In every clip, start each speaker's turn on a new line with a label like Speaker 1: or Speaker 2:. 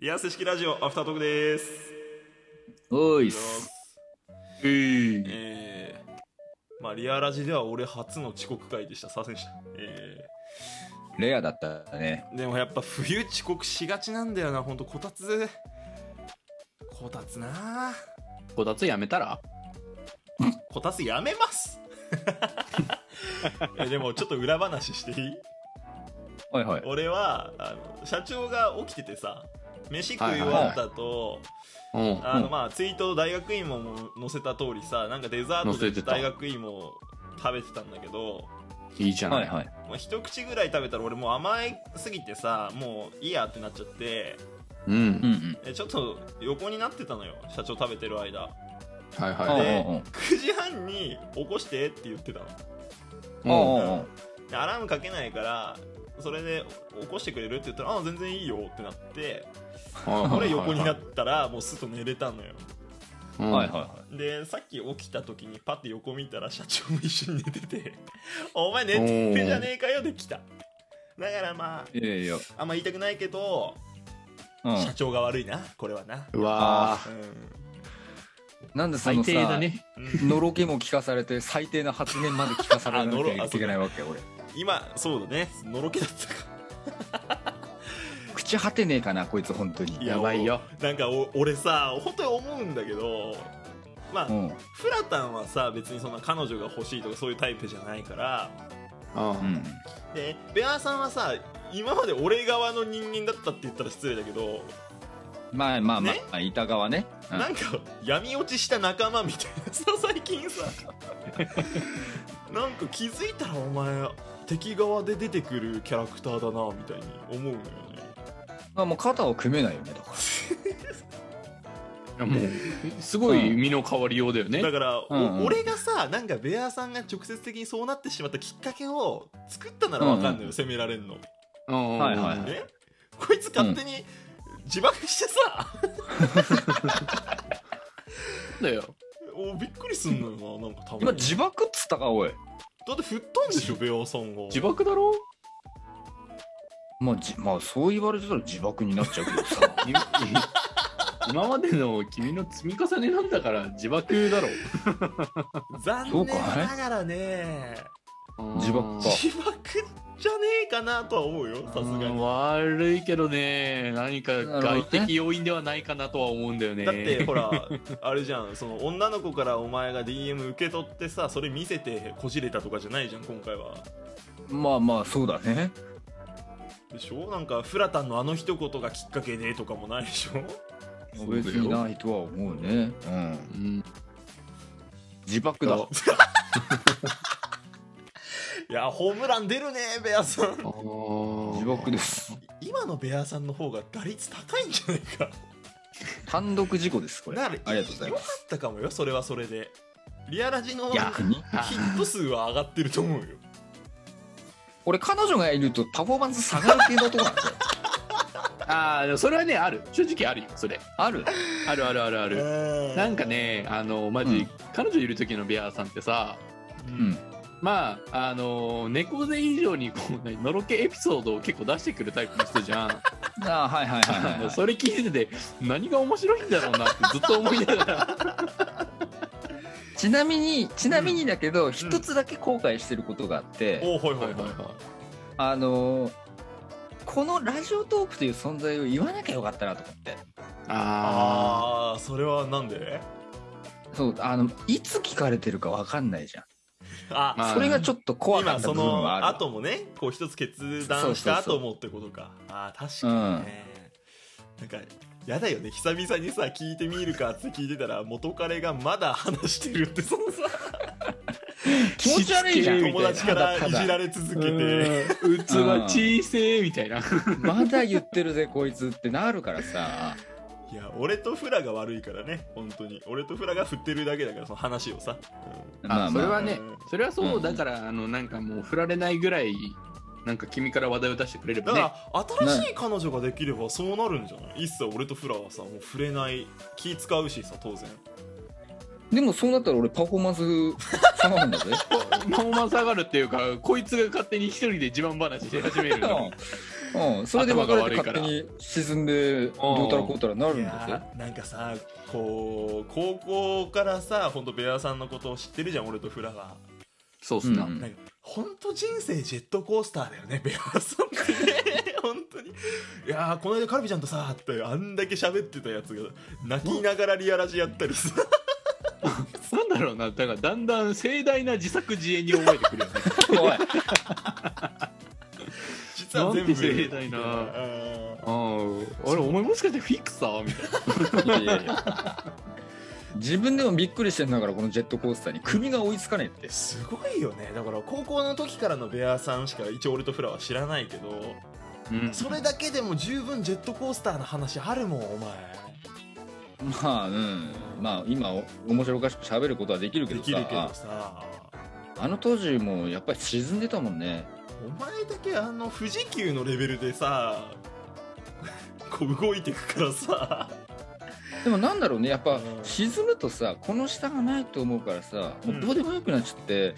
Speaker 1: やす式ラジオアフタートークです
Speaker 2: おいっす。うー
Speaker 1: えー、まあリアラジでは俺初の遅刻会でしたすいませんでしたえ
Speaker 2: レアだったね。
Speaker 1: ー、でもやっぱ冬遅刻しがちなんだよなほんとこたつこたつな
Speaker 2: こたつやめたら
Speaker 1: こたつやめます えでもちょっと裏話していい
Speaker 2: はいはい。
Speaker 1: 俺はあの社長が起きててさ飯食い終わったと、
Speaker 2: うん。
Speaker 1: あのまあツイート大学院も載せた通りさなんかデザート
Speaker 3: 載
Speaker 1: で
Speaker 3: せてた
Speaker 1: 大学院も食べてたんだけど、
Speaker 3: いいじゃない。
Speaker 2: はいはい。
Speaker 1: まあ、一口ぐらい食べたら俺もう甘いすぎてさもういいやってなっちゃって
Speaker 3: う。
Speaker 2: うんん
Speaker 1: えちょっと横になってたのよ社長食べてる間
Speaker 3: はい
Speaker 2: うん。
Speaker 3: は
Speaker 1: で
Speaker 2: うんうん
Speaker 1: 9時半に起こしてって言ってたの
Speaker 3: い。
Speaker 2: うん
Speaker 3: も
Speaker 2: うんうん
Speaker 1: でアラームかけないからそれで起こしてくれるって言ったら「あ全然いいよ」ってなって
Speaker 3: うん
Speaker 1: 俺横にな
Speaker 3: っ
Speaker 1: ったらもうすっと寝れたのよ
Speaker 3: て。
Speaker 2: はいはい
Speaker 3: い。
Speaker 2: は
Speaker 1: でさっき起きた時にパッて横見たら社長も一緒に寝てて 「お前寝てるじゃねえかよ」で来ただからま
Speaker 2: い。いやいや。
Speaker 1: ああんま言いたくないけど、
Speaker 2: うん。
Speaker 1: 社長が悪いなこれはな
Speaker 3: うわー
Speaker 1: う
Speaker 2: なんでそ
Speaker 3: 最
Speaker 2: の
Speaker 3: 低
Speaker 2: さ
Speaker 3: だ、ね。
Speaker 1: ん、うん
Speaker 2: のろけも聞かされて、最低な発言まで聞かされ なきゃいけないわけ、俺。
Speaker 1: 今そうだねのろけだったか
Speaker 2: 朽ち果てねえかな、こいつ、本当に。
Speaker 3: やばいよ。
Speaker 1: なんかお俺さ本当に思うんだけどまあ、
Speaker 2: うん。
Speaker 1: フラタンはさ別にそんな彼女が欲しいとかそういうタイプじゃないから
Speaker 3: うん
Speaker 2: うん。
Speaker 1: でベアーさんはさ今まで俺側の人間だったって言ったら失礼だけど
Speaker 2: まあまあま
Speaker 1: ね
Speaker 2: あ、板川ね。うん
Speaker 1: なんか闇落ちした仲間みたいなさ最近 さなんか気づいたらお前敵側で出てくるキャラクターだなみたいに思うのよね
Speaker 2: まあもう肩を組めないよね、だか
Speaker 3: いやもう、すごい身の変わりようだよね
Speaker 1: だ。から、お
Speaker 2: うんうん
Speaker 1: 俺がさなんかベアさんが直接的にそうなってしまったきっかけを作ったならわかんないよ、
Speaker 2: うんうん
Speaker 1: 責められんの、
Speaker 3: うん
Speaker 2: はいはいは
Speaker 1: ねこいつ勝手に自爆してさ、
Speaker 3: だよ。
Speaker 1: おびっくりすんのよななんかた
Speaker 2: ら。今、
Speaker 1: まに
Speaker 2: 自爆っつったか、おい。
Speaker 1: だって振ったんでしょベアさんが
Speaker 3: 自爆だろ
Speaker 2: まあ、じまあ、そう言われてたら自爆になっちゃうけど さ。
Speaker 3: い今までの君の積み重ねなんだから自爆だろ。
Speaker 1: 残念
Speaker 2: そうかい
Speaker 1: ながらね
Speaker 2: 自爆か
Speaker 1: 自爆じゃねえかなとは思うよさすが
Speaker 3: うん
Speaker 1: に
Speaker 3: 悪いけどね、何か外
Speaker 2: なるほどね
Speaker 3: 的要因ではないかなとは思うんだよね。
Speaker 1: だってほらあれじゃんその女の子からお前が DM 受け取ってさそれ見せてこじれたとかじゃないじゃん今回は
Speaker 2: まあまあ、そうだね。
Speaker 1: でしょなんかフラタンのあの一言がきっかけでとかもないでしょ
Speaker 3: そう
Speaker 2: 別
Speaker 3: だよ
Speaker 2: にないとは思うね。うん。
Speaker 3: うん
Speaker 2: 自爆だ。
Speaker 1: いやホームラン出るねベアさん
Speaker 3: あー
Speaker 2: 自爆です。
Speaker 1: 今のベアさんの方が打率高いんじゃないか
Speaker 2: 単独事故です、これ。
Speaker 1: だ
Speaker 2: あ
Speaker 1: か
Speaker 2: り
Speaker 1: ら
Speaker 2: がとうございます。
Speaker 1: あったかもよそれはそれでリアラジの
Speaker 2: い
Speaker 1: ヒ
Speaker 2: や、
Speaker 1: ット数は上がってると思うよ
Speaker 2: 俺彼女がいるとパフォーマンス下がる系の男なんだよ。
Speaker 3: ああ、でもそれはね、ある。正直あるよ、それ。
Speaker 2: ある
Speaker 3: あるあるあるある。な
Speaker 1: なん
Speaker 3: かね、あの、マジ、
Speaker 2: うん
Speaker 3: 彼女いる時のベアさんってさ、
Speaker 1: う
Speaker 2: うん。
Speaker 3: まあ、あの、猫背以上に、こう、何のろけエピソードを結構出してくるタイプの人じゃん。
Speaker 2: ああ、はいはいはいはい、
Speaker 3: あの
Speaker 2: はい。
Speaker 3: それ聞いてて、何が面白いんだろうなってずっと思いながら。
Speaker 2: ちなみに、ちなみにだけど、一、つだけ後悔してることがあって、
Speaker 1: おはいは
Speaker 3: はいい
Speaker 1: は
Speaker 3: はいい
Speaker 1: は
Speaker 3: は
Speaker 2: あのーこのラジオトークという存在を言わなきゃよかったなと思って。
Speaker 3: い。あ
Speaker 1: ああそれはなんで
Speaker 2: そう、あの、いつ聞かれてるかわかんないじゃん。
Speaker 1: あ、
Speaker 3: まあ
Speaker 2: それがちょっと怖か
Speaker 1: 今
Speaker 2: った部
Speaker 1: そ
Speaker 2: 分はあ
Speaker 1: の
Speaker 2: る。
Speaker 1: 後もねこう一つ決断した後もってことかああ確かにね、なんかやだよね久々にさ聞いてみるかって聞いてたら元彼がまだ話してるってその さ
Speaker 2: 気持ち悪いじゃん。
Speaker 1: 友達から
Speaker 2: た
Speaker 1: い
Speaker 2: だた
Speaker 1: じ
Speaker 2: だ
Speaker 1: られ続けて
Speaker 3: ー。器小せえみたいな。
Speaker 2: まだ言ってるぜ、こいつってなるからさ。
Speaker 1: いや俺とフラが悪いからね本当に俺とフラが振ってるだけだからその話をさ、
Speaker 2: まあ
Speaker 3: あ、それは
Speaker 1: う
Speaker 3: ね
Speaker 1: ん、
Speaker 3: それはそう、
Speaker 2: うん
Speaker 3: だから、あの、なんかもう、振られないぐらい、なんか君から話題を出してくれれ
Speaker 1: だ
Speaker 3: ばね。
Speaker 1: から新しい彼女ができればそうなるんじゃない一切俺とフラはさもう触れない気使うしさ当然
Speaker 2: でもそうなったら俺パフォーマンス下がるんだぜ。
Speaker 3: パフォーマンス上がるっていうか、こいつが勝手に一人で自慢話し始めるの。
Speaker 2: うん、それで別れて
Speaker 3: 頭が悪いか
Speaker 2: 勝
Speaker 3: ら
Speaker 2: 手に沈んでどうたらこうたらなるんだぜ
Speaker 1: やーなんかさこう高校からさほんとベアさんのことを知ってるじゃん俺とフラは
Speaker 3: そうっすな。
Speaker 2: うん
Speaker 1: なんかほんと人生ジェットコースターだよねベアさんってね本当にいやーこの間カルビちゃんとさってあんだけ喋ってたやつが泣きながらリアラジやったりさ
Speaker 3: なんだろうな、だからだんだん盛大な自作自演に思えてくるよね。
Speaker 2: おい
Speaker 1: 実は全部
Speaker 3: なんて盛大な
Speaker 1: うん
Speaker 3: ああ、あれ、お前もしかしてフィクサーみたいな。
Speaker 2: いやいやいや自分でもびっくりしてんだからこのジェットコースターに首が追いつかねえって
Speaker 1: すごいよねだから高校の時からのベアさんしか一応俺とフラは知らないけど
Speaker 3: うん
Speaker 1: それだけでも十分ジェットコースターの話あるもんお前
Speaker 2: まあうんまあ今お面白おかしく喋ることはできるけ
Speaker 1: で
Speaker 2: ど
Speaker 1: きる
Speaker 2: さ
Speaker 1: けどさ
Speaker 2: あの当時もやっぱり沈んでたもんね
Speaker 1: お前だけあの富士急のレベルでさ こう動いてくからさ
Speaker 2: でもなんだろうねやっぱ
Speaker 1: うん
Speaker 2: 沈むとさこの下がないと思うからさもうどうでもよくなっちゃって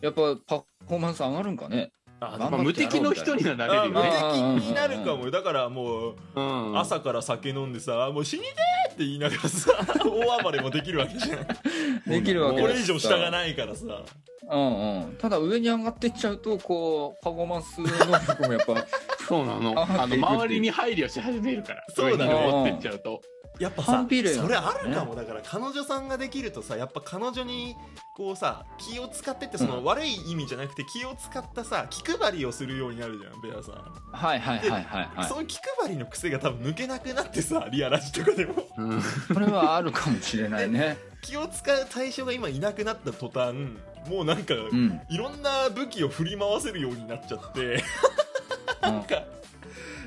Speaker 2: やっぱパフォーマンス上がるんかね
Speaker 1: あ
Speaker 3: まあ、無敵の人にはなれ
Speaker 1: あ
Speaker 3: るよ
Speaker 1: 無
Speaker 3: ね。
Speaker 1: 敵になるかもよだからもう
Speaker 3: うん
Speaker 1: 朝から酒飲んでさ「もう死にてー!」って言いながらさ大暴れもできるわけじゃんこ
Speaker 2: できるわけだしさ
Speaker 1: れ以上下がないからさ
Speaker 2: うんうんただ上に上がってっちゃうとこうパフォーマンス能力もやっぱ
Speaker 3: そうなの。
Speaker 2: あ
Speaker 3: あの、周りに配慮し始めるから。
Speaker 1: そうだね
Speaker 3: 上に登ってっちゃうと。
Speaker 1: やっぱ
Speaker 2: 反
Speaker 1: さ
Speaker 2: 比例な
Speaker 1: そ
Speaker 2: ん
Speaker 1: れ
Speaker 2: だよね
Speaker 1: あるかもだから彼女さんができるとさやっぱ彼女にこうさ気を使ってってその、
Speaker 2: うん
Speaker 1: 悪い意味じゃなくて気を使ったさ気配りをするようになるじゃんベアさん、
Speaker 2: はいはいはいはいはい
Speaker 1: その気配りの癖が多分抜けなくなってさリアラジとかでも
Speaker 3: うん。
Speaker 2: それはあるかもしれないね。
Speaker 1: 気を使う対象が今いなくなった途端もうなんか、
Speaker 2: うん。
Speaker 1: いろんな武器を振り回せるようになっちゃってなんか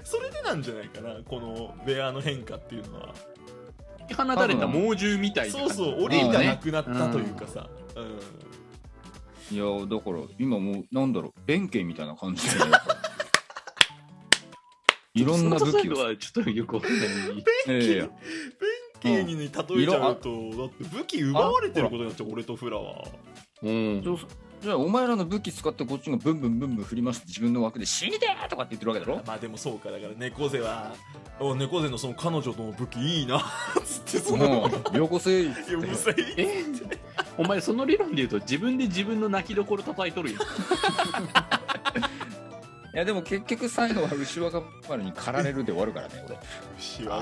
Speaker 1: それでなんじゃないかなこのベアの変化っていうのは
Speaker 3: 引き放たれた猛獣みたいな
Speaker 1: そ
Speaker 3: 感
Speaker 1: う
Speaker 3: じ。
Speaker 1: そう檻がなくなったというかさ、うん
Speaker 2: いや、だから、今もう、なんだろう、弁慶みたいな感じ で。いろんな武器
Speaker 3: その
Speaker 2: を。
Speaker 3: はちょっとよくわかんない。
Speaker 2: いやいやいや
Speaker 1: ケイにね例えちゃうと、だって武器奪われてることになっちゃう俺とフラは
Speaker 3: うん。
Speaker 2: そうじゃあ、お前らの武器使ってこっちがブンブンブンブン振り回して自分の枠で死にてーとかって言ってるわけだろ
Speaker 1: まあでもそうかだから猫背はお猫背のその彼女との武器いいなつってその
Speaker 2: うん。よこせーっ
Speaker 1: いやむ
Speaker 2: つって。
Speaker 1: さい
Speaker 3: えお前その理論で言うと自分で自分の泣きどころ叩いとるやん。
Speaker 2: いや、でも結局最後は牛若丸に駆られるで終わるからね、俺。
Speaker 1: 牛若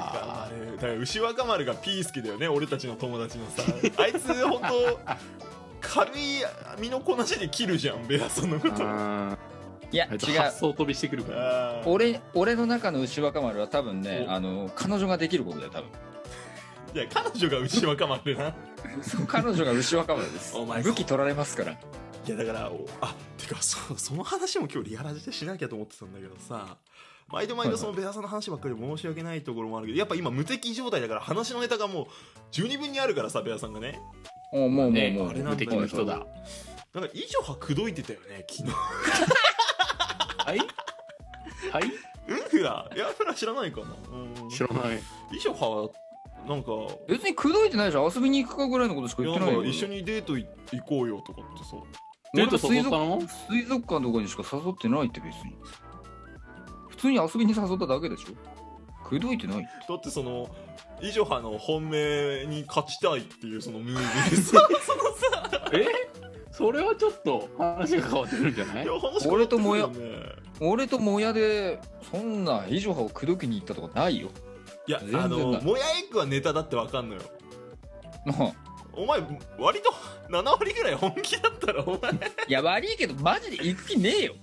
Speaker 1: 丸だから牛若丸がピースケだよね俺たちの友達の さあいつ本当軽い身のこなしで切るじゃんベアさんのこと
Speaker 3: あ
Speaker 2: いや、
Speaker 3: あいつ
Speaker 2: 違う
Speaker 3: 発。想飛びしてくるから。
Speaker 1: あー
Speaker 2: 俺、俺の中の牛若丸は多分ね、
Speaker 1: お
Speaker 2: あの、彼女ができることだよ、多 分。
Speaker 1: いや彼女が牛若丸な
Speaker 2: そう彼女が牛若丸です。
Speaker 1: お前
Speaker 2: 武器取られますから。
Speaker 1: いやだからおあてかそその話も今日リアラジでしなきゃと思ってたんだけどさ毎度毎度そのベアさんの話ばっかりで申し訳ないところもあるけどやっぱ今無敵状態だから話のネタがもう十二分にあるからさベアさんがね
Speaker 2: おもうもうもう、
Speaker 3: ね
Speaker 1: あれなんだよ
Speaker 3: 無敵の人だ。
Speaker 1: なんか以上は口説いてたよね昨日
Speaker 3: はいはい
Speaker 1: うんフラいやフラ知らないかなうん
Speaker 3: 知らない。
Speaker 1: 以上はなんか
Speaker 2: 別に口説いてないでしょ遊びに行くかぐらいのことしか言ってない
Speaker 1: な
Speaker 2: よ
Speaker 1: んか一緒にデートい行こうよとかってさ
Speaker 3: デ
Speaker 2: 俺
Speaker 3: ート
Speaker 2: と水
Speaker 3: 誘った
Speaker 2: 族
Speaker 3: の
Speaker 2: 水族館とかにしか誘ってないって別に普通に遊びに誘っただけでしょ口説いてない
Speaker 1: だってそのイジョハの本命に勝ちたいっていうそのムービーで さそのさ
Speaker 3: えそれはちょっと話が変わってるんじゃないい
Speaker 1: や話変わ
Speaker 2: 俺
Speaker 1: って
Speaker 2: と
Speaker 1: く
Speaker 2: も
Speaker 1: る
Speaker 2: や
Speaker 1: よね
Speaker 2: 俺ともやでそんな以上派を口説きに行ったとかないよ
Speaker 1: いや
Speaker 2: 全然
Speaker 1: あ
Speaker 2: な
Speaker 1: の
Speaker 2: い
Speaker 1: もやエッグはネタだってわかんのよ
Speaker 2: なあ
Speaker 1: お前割と7割ぐらい本気だったらお前
Speaker 2: いや悪いけどマジで行く気ねえよ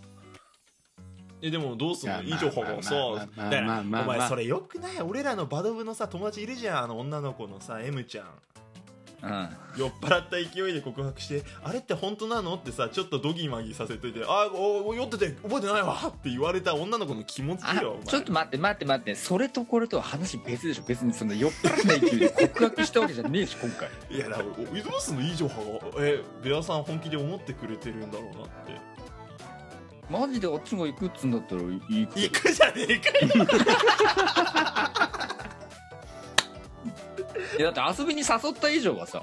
Speaker 1: えでもどうすんの
Speaker 3: い
Speaker 1: イ
Speaker 3: や
Speaker 1: ジョハがさ
Speaker 3: まあまあま
Speaker 1: だから
Speaker 3: あまあまあまあ
Speaker 1: お
Speaker 3: まあ
Speaker 1: 前それよくない俺らのバド部のさ友達いるじゃんあの女の子のさ M ちゃん
Speaker 2: うん
Speaker 1: 酔っ払った勢いで告白して「あれって本当なの?」ってさちょっとドギマギさせといて「あおお酔ってて覚えてないわ」って言われた女の子の気持ち
Speaker 2: あ
Speaker 1: よお前
Speaker 2: ちょっと待って待って待ってそれとこれとは話別でしょ別にその酔っ払った勢いで告白したわけじゃねえし今回
Speaker 1: いやだからおどうすんのイジョハが「えベアさん本気で思ってくれてるんだろうな」って
Speaker 2: マジであっちが行くっつうんだったら行くけ
Speaker 1: 行
Speaker 2: ど
Speaker 1: くじゃねえかよ
Speaker 2: いやだって遊びに誘った以上はさ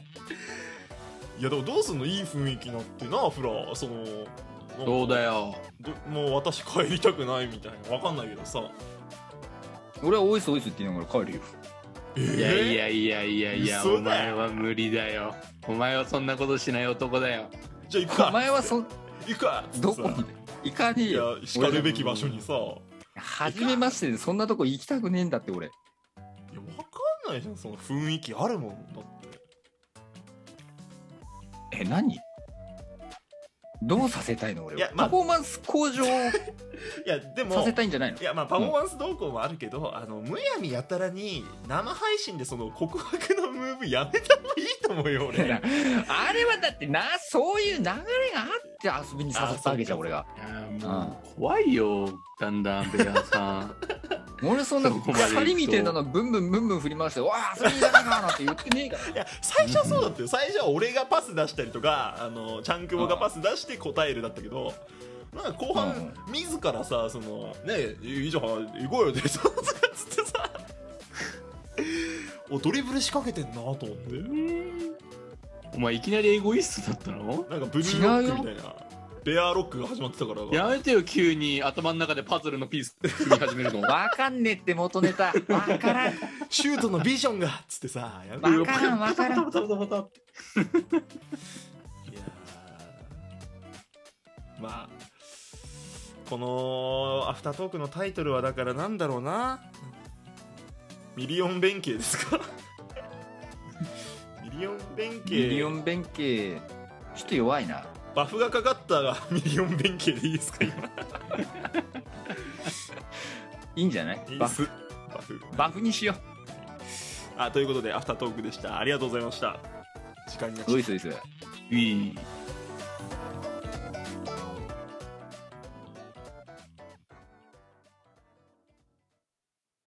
Speaker 1: いやでもどうすんのいい雰囲気になってなフラその
Speaker 3: そうだよ。
Speaker 1: どもう私帰りたくないみたいなわかんないけどさ
Speaker 2: 俺はオイスオイスって言いながら帰る よ
Speaker 1: えー
Speaker 3: いやいやいやいやいや、
Speaker 1: 嘘だよ
Speaker 3: お前は無理だよ。お前はそんなことしない男だよ。
Speaker 1: じゃあ行く
Speaker 2: お
Speaker 1: か
Speaker 2: 前はそ
Speaker 1: 行くか
Speaker 2: どこに行かねえ
Speaker 1: いや
Speaker 2: よ
Speaker 1: しかるべき場所にさい
Speaker 2: 初めましてでそんなとこ行きたくねえんだって俺
Speaker 1: やわかんないじゃんその雰囲気あるもんだって
Speaker 2: え何どうさせたいの俺
Speaker 1: いや
Speaker 2: は
Speaker 1: まあ
Speaker 2: パフォーマンス向上を
Speaker 1: いやでも
Speaker 2: させたいんじゃないの
Speaker 1: いやまあパフォーマンス動向もあるけど、あのむやみやたらに生配信でその告白のムーブやめた方がいいと思う よ
Speaker 2: いや
Speaker 1: 俺
Speaker 2: あれはだってなそういう流れがあって遊びに誘ったわけじゃん
Speaker 1: あ
Speaker 2: 俺が
Speaker 3: いやもう怖いよ、だんだん、ベアさん。
Speaker 2: 俺そんな
Speaker 3: そこまで行くと
Speaker 2: 鎖みたいなのブンブンブンブン振り回して「わあ遊びに行かねえか」なんて言ってねえから
Speaker 1: いや最初はそうだったよ最初は俺がパス出したりとかあのちゃんくぼがパス出して答えるだったけどなんか後半、
Speaker 2: う
Speaker 1: 自らさそのねえいいじゃん行こうよでそうそうつってさ おドリブル仕掛けてんなと思って
Speaker 3: お前、いきなりエゴイストだったの
Speaker 1: なんかブルーロックみたいなベアロックが始まってたから
Speaker 3: やめてよ、急に頭の中でパズルのピース組み始める の。
Speaker 2: わかんねえって元ネタ。わからん。
Speaker 1: シュートのビジョンがっつってさやめ
Speaker 2: わからんわからん。
Speaker 3: パタパタパタパタ
Speaker 1: いやーまあこのアフタートークのタイトルはだからなんだろうなミリオン弁慶です かミリオン弁慶
Speaker 2: ミリオン弁慶、ちょっと弱いな。
Speaker 1: バフがかかったらミリオン弁慶でいいですか今
Speaker 2: いいんじゃない
Speaker 1: いい
Speaker 2: バ
Speaker 1: っ
Speaker 2: フ
Speaker 1: す。バフ
Speaker 2: バフにしよ
Speaker 1: あということでアフタートークでしたありがとうございました時間になっ
Speaker 2: う。
Speaker 1: ちゃ
Speaker 2: お
Speaker 1: っ
Speaker 2: いすおいす。
Speaker 3: いい。